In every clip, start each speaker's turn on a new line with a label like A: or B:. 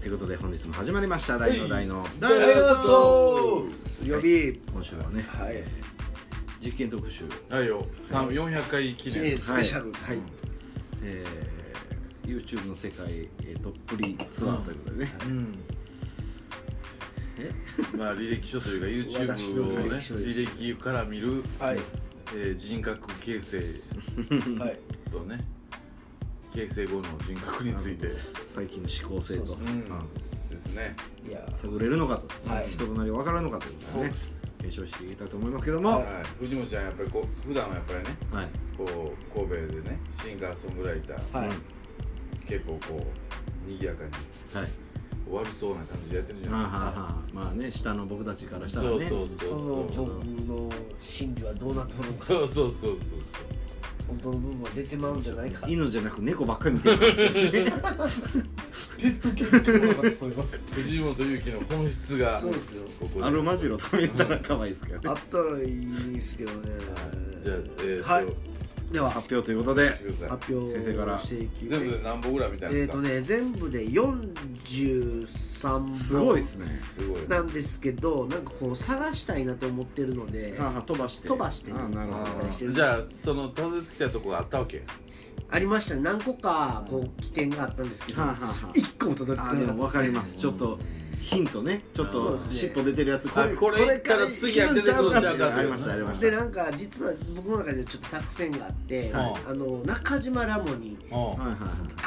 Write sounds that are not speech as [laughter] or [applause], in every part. A: ということで本日も始まりました大の大の
B: ありがとう水曜日
A: 今週はね
B: はい
A: 実験特集、
C: はいよ、三400回記
B: 記
C: 念
B: 念スペシャルはい
A: えー、YouTube の世界えートップリツアーということでね、
C: うん
A: え
C: まあ履歴書というか YouTube をね
B: 私の履
C: 履歴から見る、
B: はい
C: えー人格形成
B: はい
C: とね形成後の人格について
A: 最近の思考性と
B: そうそう
A: ま
C: ですね
B: いや
A: あ探れるのかと、
B: はい
A: 人となり分からるのかということでね検証していきたいと思いますけども、
B: は
C: はい藤本ちゃんやっぱりこう普段はやっぱりね
A: はい、
C: こう神戸でねシンガーソングライター、
B: はい
C: 結構こう賑やかに
A: はい、
C: 悪そうな感じでやってるじゃ
A: まあは
C: な
A: あはあまあね下の僕たちから
C: いで
A: し
C: す
A: た
C: か、
A: らね
C: そうそう
B: その
C: そう
B: 僕の心理はどうなったのか
C: そうそうそうそう
B: 本当の部分は出てまうんじゃないか
A: 犬じゃなく猫ばっかり見てる感じだしね
B: ペット系ってなかったそれは
C: 藤本勇樹の本質が
B: そうですよ
C: ここで
A: アロマジロ食べたら可愛いですけどね
B: あったらいいですけどね
C: じゃあえーと
B: はいでは
A: 発表ということで
C: してください
B: 発表
A: 先生から
B: していき
C: 全部で何本ぐらいみたいな
B: えっとね全部で43本
A: すごいですね
C: すごい
B: なんですけどなんかこう探したいなと思ってるので
A: はあはあ飛ばして
B: 飛ばしてね
A: あなるほ
C: あ
A: ど
B: ー
C: ーじゃあそのたどり着きたいとこがあったわけ
B: ありましたね何個かこう起点があったんですけど、
A: はあはあは
B: 一個もたどり着
A: あ
B: か
A: あ
B: な
A: で
B: かっ
A: も
B: た
A: 分かりますちょっとヒントねちょっ
B: そ
A: と
B: うですね
A: 尻尾出てるやつ
C: あこれいったら次やってる
A: これからいけるんちゃうか
C: そうちゃうか
A: ありましたありまし
B: で
A: た
B: なんか実は僕の中でちょっと作戦があって、
C: はい
B: あの中島ラモに
C: あ
A: はいは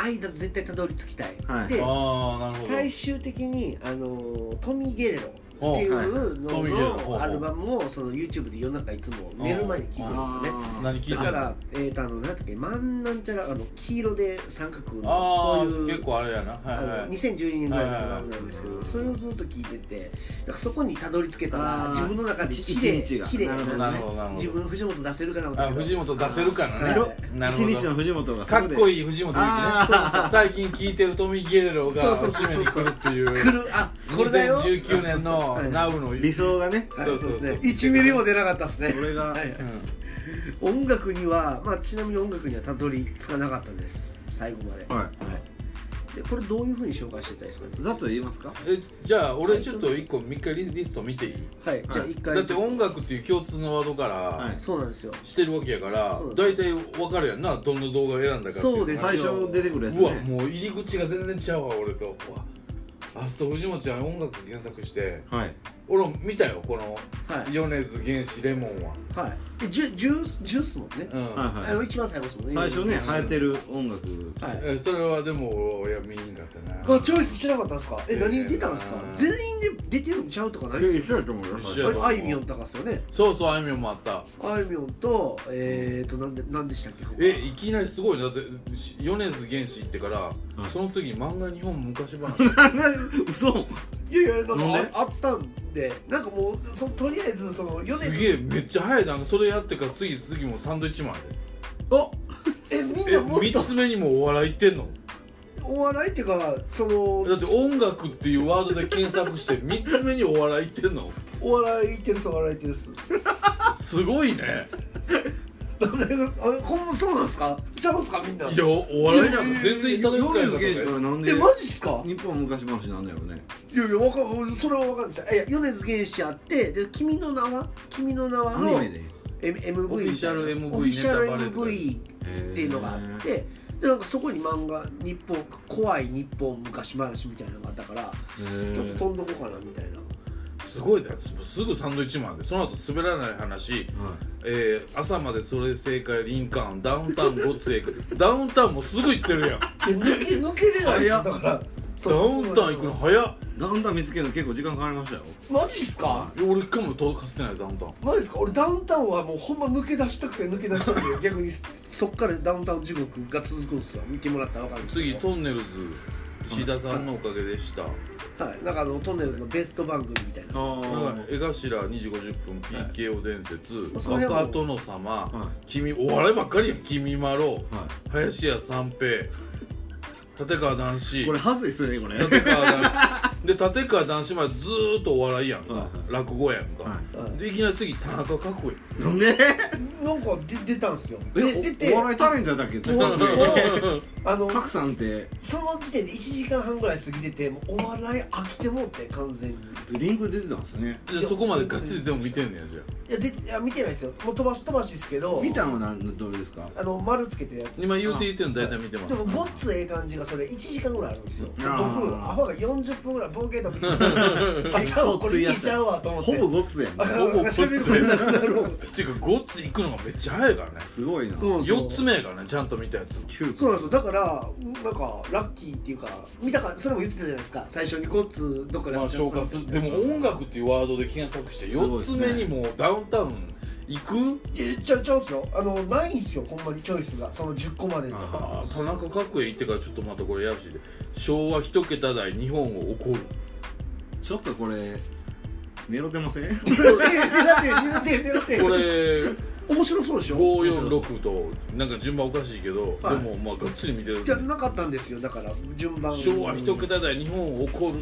A: い
B: 間絶対たどり着きたい、
A: はい
B: で
C: あーなるほど
B: 最終的にあのトミー・ゲレロってい
A: おは
B: う
C: トミーゲレロほう
B: の
C: ほう
B: のアルバムをその YouTube で夜中いつも寝る前に聴くんですよね
A: あ
C: 何聞いて
B: だ
C: んの
B: から、えー、とあの何だっけ真んなんちゃらあの黄色で三角の
C: あ
B: こ
C: あ
B: ういう
C: 結構あれやなは
B: あ
C: いは
B: の
C: い
B: 2012年ぐらいのアルバムなんですけ
A: は
B: ど
A: いはい
B: それをずっと聴いててだからそこにたどり着けた
A: あー
B: ら自分の中で綺麗
A: 一日が
B: 綺麗
A: なるほど
C: なるほどなるほど
B: 自分藤本出せるかな思った
C: あ
B: けど
C: 藤本出せるか
A: ー
C: らね
B: はい
C: なる
A: 一
C: ほ
A: 日の
C: ど
A: 藤本が
C: かっこ
A: い
C: いい藤本勇樹ね
A: あー
C: そうそう最近聞いてるトミー・ゲレロが
B: そうそう
C: 締
B: そう
C: めに来るっていう
B: 来るあこれだよ
C: 2019年の
B: はい
C: ナウの
A: 理想がね
B: はい
C: そうそうそう
B: ですね1ミリも出なかったですね
A: それが
B: はい
C: うん
B: 音楽にはまあちなみに音楽にはたどり着かなかったんです最後まで
A: は
B: でこれどういうふうに紹介してたらいいですかね
A: いざっと言いますか
C: えじゃあ俺ちょっと一個3日リリスト見ていい
B: はいじゃあ一回
C: だって音楽っていう共通のワードから
A: い
B: そうなんですよ
C: してるわけやから
B: そう
C: 大体わかるやんなどんな動画を選んだか
B: そうですよ
A: 最初出てくるやつ
C: うわ
A: ね
C: もう入り口が全然ちゃうわ俺とうわあそう藤本ちゃん音楽検索して
A: はい
C: 俺も見たよこの
B: はい
C: 米津玄師レモンは
B: はいでジュジュースジュースもね
C: うん、
A: はいはい
B: あの一番最後ですもんね
A: 最初ね
B: は
A: 生えてる音楽
B: い
C: えそれはでも俺は見にんかったな
B: あチョイスしなかったんですかえ何出たんですか
C: うん
B: 全員で出てるんちゃうとかない
A: いや
B: です
A: 一緒だと思うよ
C: 一緒や
B: かあ
C: と
B: れ
C: 思う
B: あいみょんとかっすよね
C: そうそうあいみょんもあった
B: あいみょんとえーとなんでなんでしたっけここ
C: えいきなりすごいなだってし米津玄師行ってか
A: う
C: ら、
A: ん
C: その次に漫画日本昔話
A: [laughs] 嘘
B: いやいやなんか
A: なんで
B: ああったんでなんかもうそとりあえずその米
C: す
B: 津
C: げえめっちゃ早いなそれやってから次次もサンドイッチマンやで
A: お
B: えみん
C: え
B: なもっ
C: 3
B: と
C: つ目にもお笑い行ってんの
B: お笑いっていうかその
C: だって音楽っていうワードで検索して3つ目にお笑い行ってんの
B: お笑い言ってるっすお笑い言ってるっす [laughs]
C: すごいね
B: あほんまそうなんすかちゃうんすかみんない
C: やお笑いなんか全然いただき
A: 米津玄
C: つ
A: 師
C: か
A: か
C: ない
A: らなんで
B: えマジっすか
A: 日本昔話なんだよね
B: いやいやわかんそれはわかんないですいや米津玄師あってで君の名は君の名は
A: ア
B: の
A: ニメで
B: M- MV
C: オフィシャル MV
B: オフィシャル
C: ネタバレとか
B: MV っていうのがあって、でなんかそこに漫画「日本怖い日本昔話」みたいなのがあったからちょっと飛んどこうかなみたいな
C: すごいだすぐサンドイッチマンでその後滑らない話、えー朝までそれ正解リンカーンダウンタウンゴッツへ行くダウンタウンもすぐ行ってるやんダ
B: いや抜け抜けれないですよだからそう
C: ウンタウン行くの早っ
A: ダウンタウン見つけるの結構時間かかりましたよ
B: マジっすか
C: いや俺一回も届かせてないダウンタウン
B: マジっすか俺ダウンタウンはもうほんま抜け出したくて抜け出したくて逆にそっからダウンタウン地獄が続くんですよ見てもらったら分かるんですけ
C: 次
B: ど
C: トンネルズ石田さんのおかげでした、
B: はいなんかあのトンネルズのベスト番組みたいな
C: なんか江頭2時50分 PKO 伝説、
B: いその辺も
C: 若殿様、
A: は
C: 君お笑いばっかりやん君まろ
A: は
C: 林家三平立川談志
A: いこれはずいっすねこれ
C: 立川談 [laughs] で立川談志までずーっとお笑いやんか、
A: はいはい
C: 落語やんか、
A: はい
C: でいきなり次田中角栄
A: なんで
B: なんかで出たんですよで出
A: え
B: て
A: おお笑いタレントだっけ
B: 終わって [laughs]
A: [laughs]
B: あの
A: たくさんって
B: その時点で1時間半ぐらい過ぎててもうお笑い飽きてもうて完全にい
A: リンク出てたんですね
C: [laughs] じゃあそこまでガッツリ全部見てんねやじゃあ
B: やでいや見てないですよもう飛ばし飛ばしですけど
A: 見たのは何どれですか
B: あの丸つけてるやつ
C: 今言うて言ってんの大体見てま
B: ですもごっつええ感じがそれ1時間ぐらいあるんですよ僕
A: あー
B: アホが40分ぐらいボケた時 [laughs] にあちゃうわこれいいちゃうわと思って
A: ほぼごっつやん
B: あかんあかん
C: ほぼ
B: 喋ることなくなる思って
C: っていうかごっつ行くのがめっちゃ早いからね
A: すごいな
B: そうそう
C: 4つ目やからねちゃんと見たやつ
A: 9
B: そうなんですよだからなんかラッキーっていうか見たかそれも言ってたじゃないですか最初にゴッツどっかで
C: まあ消化するでも音楽っていうワードで検索して
A: そう
C: 4
A: です
C: つ
A: ね
C: 目にもうダウンタウン行く
B: えちゃちゃうんすよあのないんすよほんまにチョイスがその10個までとか
A: あ
C: 田中角栄行ってからちょっとまたこれやらしいで昭和一桁台日本を怒る
A: ちょっとこれメロ出ません
B: え狙って狙って狙って
C: これ
B: [laughs] 面白そうでしょ
C: 546となんか順番おかしいけど、
B: はい
C: でもまあがっつり見てる
B: じゃなかったんですよだから順番
C: 昭和一桁台日本を怒る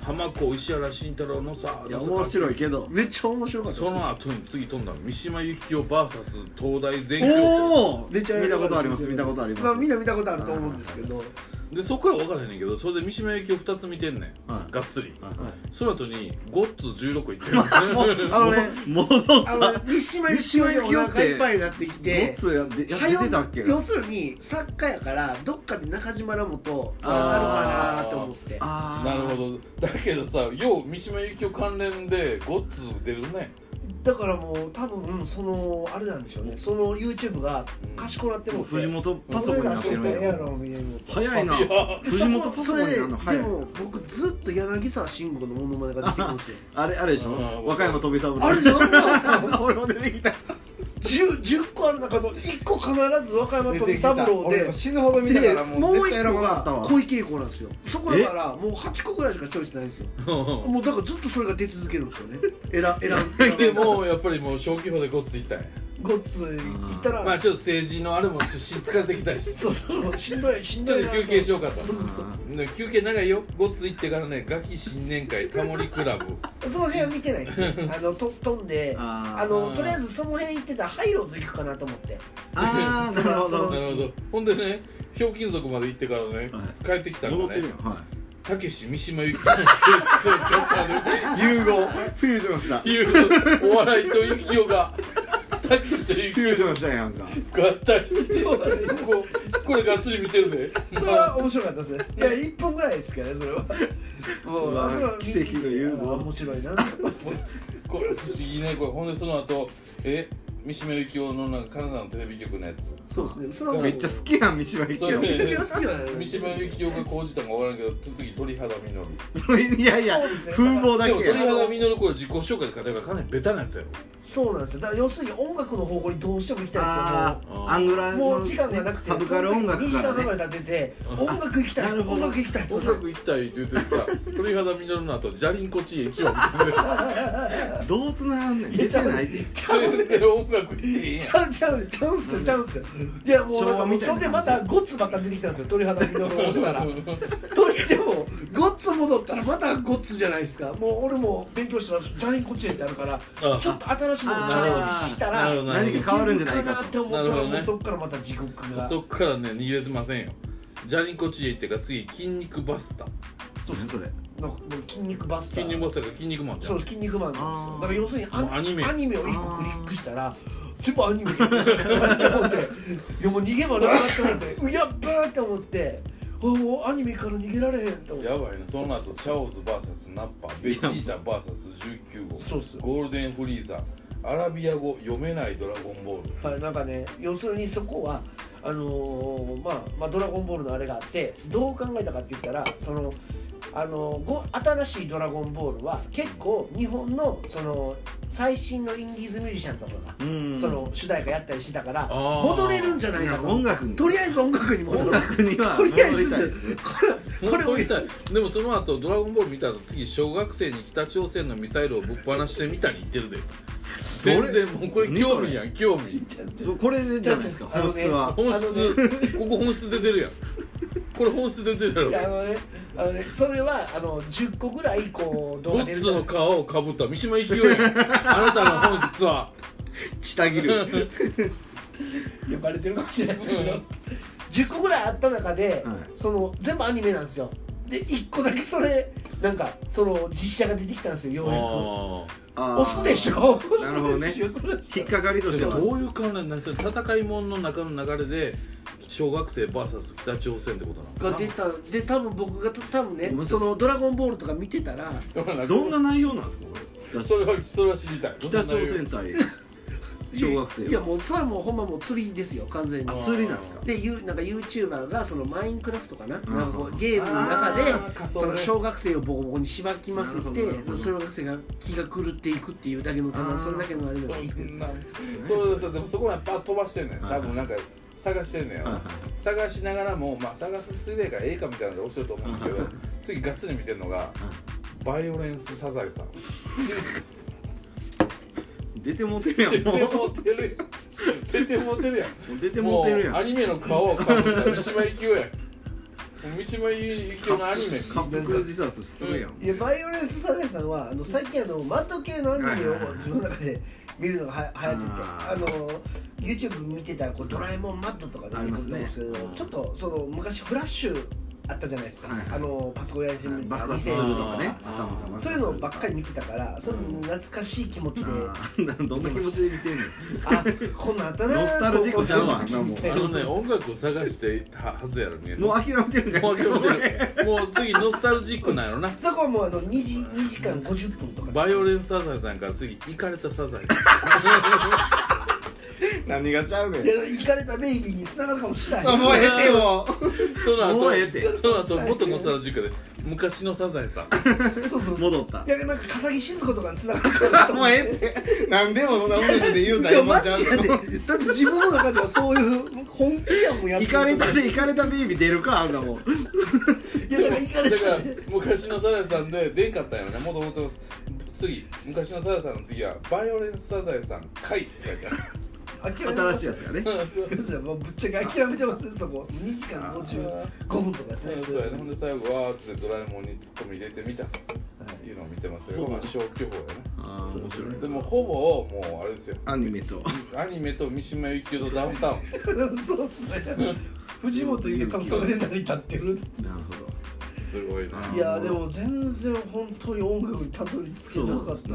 C: 浜子石原慎太郎のさ
A: いや面白いけど
B: めっちゃ面白かった
C: その後に次飛んだの三島由紀夫 VS 東大全教
A: おお
B: めっちゃ
A: 見たことあります見たことあります
B: まあみんな見たことあると思うんですけど
C: でそこから分からへんねんけどそれで三島由紀夫2つ見てんねん、
A: はい
C: がっつり
A: はいはい
C: その後にゴッツ16行
A: [laughs]
C: ってる
B: あのね
A: もう戻っ
B: あ
A: た
B: の三島由紀夫でお腹いっぱいになってき
A: ごってつやでや
B: は
A: 出
B: よ
A: てたっけ
B: 要するに作家やからどっかで中島らもとつながるかなと思って
A: あ
C: なる
A: ど
C: ほどだけどさよう三島由紀夫関連でゴッツ出るね
B: だからもう多分そのあれなんでしょうねその YouTube が賢くなってもうて
A: 藤本パソコンになってる
B: 俺ら紹介や
A: ね
B: ろみたいな
A: 早いない
C: や
B: で
A: 藤
B: そ
A: 本
B: こ
A: パ
B: そ
A: ソコン
B: れ
A: に
B: で、
A: なるの早い
B: でも僕ずっと柳沢慎吾のモノマネが出てくるんです
A: [laughs]
B: よ
A: あれあれでし
C: あー
A: ょ和歌山飛び三郎
B: あれなんだ
A: 俺も出てきた
B: 10, 10個ある中の1個必ず和歌山と三郎
A: 俺
B: で
A: も死ぬほど見たか
B: で
A: らも
B: もう
A: う絶対選
B: 1個
A: ばなか
B: が
A: ったわ
B: 小池栄子なんですよそこだからもう8個ぐらいしかチョイスないんですよもうだからずっとそれが出続けるんですよねえらえら
C: [laughs]
A: [laughs]
C: でもやっぱりもう小規模でゴッツ行ったんや
B: ごっついったら、
C: まあちょっと政治のあれもし疲れてきたし
B: そうそうそうしんどいしん
C: ち
B: ど
C: ょ
B: い
C: っ
B: な
C: と休憩しようかと
B: そうそうそう
C: で休憩長いよゴッツ行ってからねガキ新年会タモリクラブ
B: その辺は見てないですねあのと飛んで
A: あ
B: あ
A: ー
B: のとりあえずその辺行ってたらハイローズ行くかなと思って
A: [laughs] あーなるほ
B: そ
A: ど
B: の
C: なるほどほんでねひょうきん族まで行ってからね、
A: はい
C: 帰ってきたら
A: 戻ってる
C: ね
A: やんはい
C: たけし三島由紀夫の性
A: 融合フュージョンしたフ
C: 質を語るいうお笑いと由紀夫がたけしと由紀
A: ュージョンしたやんか
C: 夫が合体してこうこれがっつり見てるぜ
B: それは面白かったですねいや1分ぐらいですけどねそれはも
A: うわ
B: あそれは
A: 奇跡の融合
B: あ面白いな
C: これ不思議ねこれほんでその後え三島由紀夫のなんかカナダのテレビ局のやつ
B: そうですねそれは
A: めっちゃ好きやん三島由
C: それ
A: 紀
B: い
C: で
B: や好きはない
C: 三島由紀夫が講じたんか分からんけど次鳥肌実る
A: 夫いやいや
B: そうですね
A: 風貌だ
C: でも
A: け
C: 鳥
A: や
C: 肌実るこれ自己紹介で語るからかなりベタなやつやろ
B: そうなんですよだから要するに音楽の方向にどうしても行きたい
A: あ
B: ん
A: ーアングラ
B: ですよ
A: の
B: もうもう時間がなくて
A: サブカル音楽
B: 2
A: が
B: 時間
A: ね
B: 半ぐらい経ってて音楽行きた
A: ないるほ
B: 音
A: ど
B: 楽行きたいって
C: 音楽行きたいって言ってさ鳥肌実るの後ジャリンコチエ一応みたい
A: どうつながんねん
B: いや
A: 出てないで
B: ちゃう
C: な全然音楽行っていいや
B: ちゃうちゃうちゃうんすよちゃうんすよいやもうな
A: 昭
B: んか
A: 和
B: も
A: み
B: う
A: たい
B: そ
A: な
B: れでまたゴッツばっか出てきたんですよ鳥肌緑を押し
C: [laughs]
B: たら鳥でもゴッツ戻ったらまたゴッツじゃないですかもう俺も勉強したらジャリンコチェってあるから
C: あ
B: ちょっと新しいものチャレンジした
C: な
B: ら
C: るほど
A: 何か変わるんじゃない
B: いけか
A: か
B: な
A: と
B: って思った
C: なる
B: ら
C: ほど
B: も
C: ね
B: うそっからまた地獄が
C: そっからね逃げれませんよジャリンコチエ行ってから次筋肉バスタ
B: そう
A: 何それ
B: なんかもう筋肉バスター
C: 筋肉バスタが筋肉マンじゃ
B: そ
C: ん
B: う筋肉マンなんです
A: あ
B: よ
A: ー
B: だから要するに
C: もうアニメ
B: アニメを一個クリックしたら全部アニメにされて思っていやもう逃げ場なくなって思ってうやっばーって思ってあもうアニメから逃げられへんと思って
C: やばいなその後チャオズ VS ナッパベジータ VS19 号
B: そうっす
C: ゴールデンフリーザアラビア語読めないドラゴンボール
B: はいなんかね要するにそこはあのーまあ、まあ「ドラゴンボール」のあれがあってどう考えたかって言ったらその、あのーご新しい「ドラゴンボール」は結構日本のその最新のインディーズミュージシャンとかが、
A: うん
B: その主題歌やったりしてたから
C: あー
B: 戻れるんじゃないかと
A: 音楽に
B: とりあえず音楽に
A: [laughs]
B: 戻る
A: 国は
B: とりあえ
A: 戻りたいで
B: ず
A: すね
B: これこれ
C: これ見たい [laughs] でもその後ドラゴンボール見た後次小学生に北朝鮮のミサイルをぶっ放してみたに言ってるで全然もうこれ
A: 何
C: 興
A: それ
C: 味やん興味
A: そうこれじゃないですか
B: あのね
A: 本質は
C: 本
B: あの
C: 質ここ本質出てるやんこれ本質出てる
B: い
C: や
B: やあ
C: ろ
B: のねあのねそれはあの10個ぐらいこう動
C: ゴ
B: 画出
C: ッ
B: る
C: ツの皮をかぶった三島由紀夫やんあなたの本質は
A: 下切る、
B: いやバレてるかもしれないですけど、10個ぐらいあった中で、
A: はい
B: その全部アニメなんですよで1個だけそれなんかその実写が出てきたんですよようや
C: あ
A: あ
B: く
A: ー
B: 押すでしょ
A: なるほどね
B: 押すでし
A: 引
B: ょ
A: っかかりとして
C: あ
A: は
C: どういう関連なんですか戦いもんの中の流れで小学生 VS 北朝鮮ってことなのかな
B: が出たで多分僕が多分ね
A: ごめんなさい
B: その「ドラゴンボール」とか見てたら
A: どんな内容なんですかこれ
C: それはそれは知りたい
A: 北朝鮮対小学生
B: いやもうそれはもうほんまもう釣りですよ完全に
A: あ釣りなんですか
B: でユーなんか YouTuber がそのマインクラフトかな,、
A: うん
B: なんかこうゲームの中
C: あー
B: で
C: 仮想
B: そ
C: ね
B: の小学生をボコボコにしばきまくっ
A: なるほどなる
B: て
A: ほど
B: 小学生が気が狂っていくっていうだけのた
A: あ
B: だ
A: ー
B: それだけのあれなんです
C: そ
B: けど
C: んなそうそうでもそこはやっぱ飛ばしてんねん
A: はいは
C: 多
A: い
C: 分なんか探してんねん
A: はいは
C: よ探しながらもまあ探すついでやからええかみたいなので教えると思うんだけど次ガッツリ見てんのがバイオレンスサザエさん
A: い出てもうてるやん
C: 出
A: もう
C: てもうてるやん出てもうてるやん
A: もう出てもうてるやん
C: もうアニメの顔をかぶった三島由紀夫やん三島由紀夫のアニメ
A: か感服自殺するやん
B: いやバイオレンスサザエさんはあの最近あのマット系のアニメ
A: はいはいは
B: を
A: い
B: 自分の中で見るのがは流行っててあ
A: あー
B: の YouTube 見てたらこうドラえもんマットとか出てくるんですけど
C: ありますね
B: ちょっとその昔フラッシュあったじゃないですか、
A: はいはい
B: あのパソコンやり始めた
A: 爆発するとかね頭が爆発す
B: そう
A: る
B: いうのばっかり見てたからそういう
C: うん
B: 懐かしい気持ちで、
A: あーどんな気持ちで見てんの
B: あこんなんあったな
A: ノスタルジックちゃうわ
B: 高校生の時みたい
C: あ
B: な
C: のね音楽を探してたはずやろね
A: もう諦めてるじゃん
C: もう諦めてるもう次ノスタルジックなんやろな
B: そこはもうあの 2, 時2時間50分とか
C: バイオレンスサザエさんから次イカれたサザエさん
A: 何がちゃうねん
B: いや行かれたベイビーに繋がるかもしれない
A: さあもうええても
C: その後
A: もうええて
C: その後もっとノスタルジックで昔のサザエさん
B: そうそう
A: 戻った
B: いやなんか笠木静子とかに繋がるかなと思 [laughs]
A: もう
B: っ
A: え
B: て
A: えって何でもそんな嘘で言うた
B: い
A: ら
B: や
A: も
B: マ
A: う
B: ジ
A: ちゃん
B: やで
A: と
B: だって自分の中ではそういう本気やもんやって
A: イ
B: る
A: カれたでイカれたベイビー出るかあんなもん
B: いやだからイカれ
C: だか
B: た
C: ら
B: で
C: 昔のサザエさんで出んかったんやろねもともと次昔のサザエさんの次はバイオレンスサザエさん回って書いてある
B: 諦めてま
A: 新しい
B: す
A: やつがね
B: そうもうぶっちゃけ諦めてますよそこ2時間55分とかです
C: そう
B: ね
C: そうやねほんで最後わーってドラえもんにツッコミ入れてみたっていうのを見てましたけど、
A: ほう
C: まあ、消去法や
A: あー面白い
C: なでもほぼもうあれですよ
A: アニメと
C: アニメと三島由紀夫とダウンタウン
B: そうっすね藤本ゆき多分それで成り立ってる
A: なるほど
C: すごいな
A: あ
B: いやでも全然本当に音楽にたどり着けなかったっすね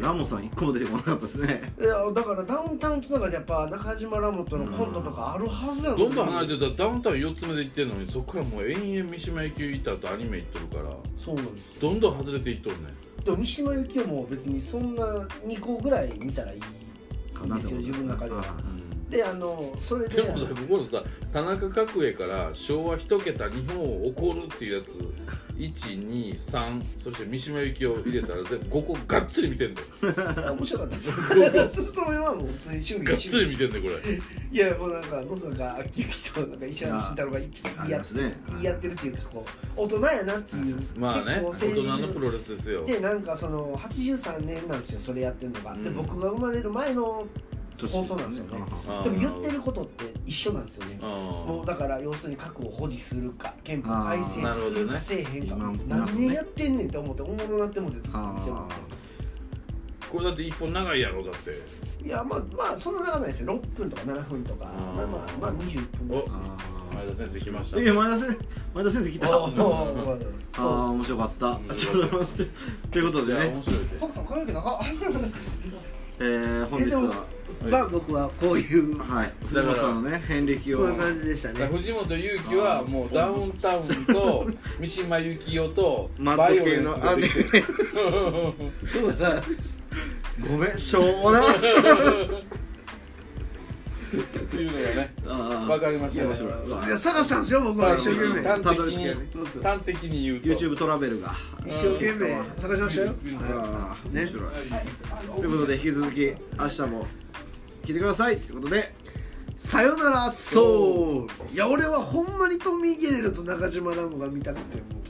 A: ラモさん一個も出てこなかったですね
B: いやだからダウンタウンつながりやっぱ中島らもとのコントとかあるはずやのに
C: どんどん離れてたらダウンタウン4つ目で行ってんのにそこからもう延々三島由紀夫行った後アニメ行っとるから
B: そうなんです
C: どんどん外れていっとるね
B: でも三島由紀夫も別にそんな2個ぐらい見たらいい
A: か
B: ん
A: な
B: ですよ自分の中ではであのそれ
C: で
B: で
C: もさここのさ田中角栄から昭和一桁日本を怒るっていうやつ123そして三島由紀夫入れたら全部5個がっつり見てんだよ
B: あ面白かったですそ [laughs] それはもう普通に趣味
C: がっつり見てんだよこ
B: [laughs]
C: れ
B: いやもうなんか野坂昭之となんか石原慎太郎が一
A: あ
B: 言い
A: り
B: や
A: ま
B: っ
A: すね
B: 言い合ってるっていうかこう大人やなっていう
C: まあね大
B: 結構
C: 人のプ
B: 政治
C: ロレスですよ
B: でなんかその83年なんですよそれやってるのが、で
C: うん
B: 僕が生まれる前の放送なんですよねでも言って
C: る
B: ることって一緒なんですよね
C: あ
B: もう
C: ー
B: だから要するに核を保持するか憲法改
C: あ
B: 正す
C: ー
B: るか
C: なるほどね
B: せえへんか、
A: 今の
B: 何年やってんねんって思っておもろなってもってずっと見ても
A: あ
C: これだって一本長いやろだって
B: いやまあまあそんな長ないですよ6分とか7分とか
C: あー
B: まあまあまあ21分ですね
C: 前田先生来ました
A: あえ前田先前田先生来た
B: あ
A: あ
B: ーまあ
A: あ
B: そう
A: 面白かったちょっと待ってということ
C: じ
A: で
C: ゃあ
A: ね
C: 面白いで
D: 徳さん髪の毛長っ
A: えー本
B: え
A: 日
B: でも
A: は
B: まあ僕はこういうこ
A: はい藤本さんのね遍歴
B: う
A: を
B: いう感じでしたね
C: 藤本勇樹はもうダウンタウンと三島由紀夫と
A: マ
C: バ
A: ッ
C: イ
A: ト
C: オレ
A: 系
C: ンス
A: の
C: 出
A: アニ
C: て
A: メ
C: きてる
A: ごめんしょうもな
C: っていうのがね
A: あー
C: わかりましたね
A: 面白いわ
B: いや探したんですよ僕は一生懸命
C: 端
A: たどり
C: 的
A: 着けない
C: に端的に言うと
A: YouTube トラベルが
B: 一生懸命探しましたよ
C: 嗯
A: あー面白い
C: はい
A: ということで引き続き明日も来てくださいということで
B: さよならそういや俺はほんまにトミー・ゲレルと中島ラムが見たくてもう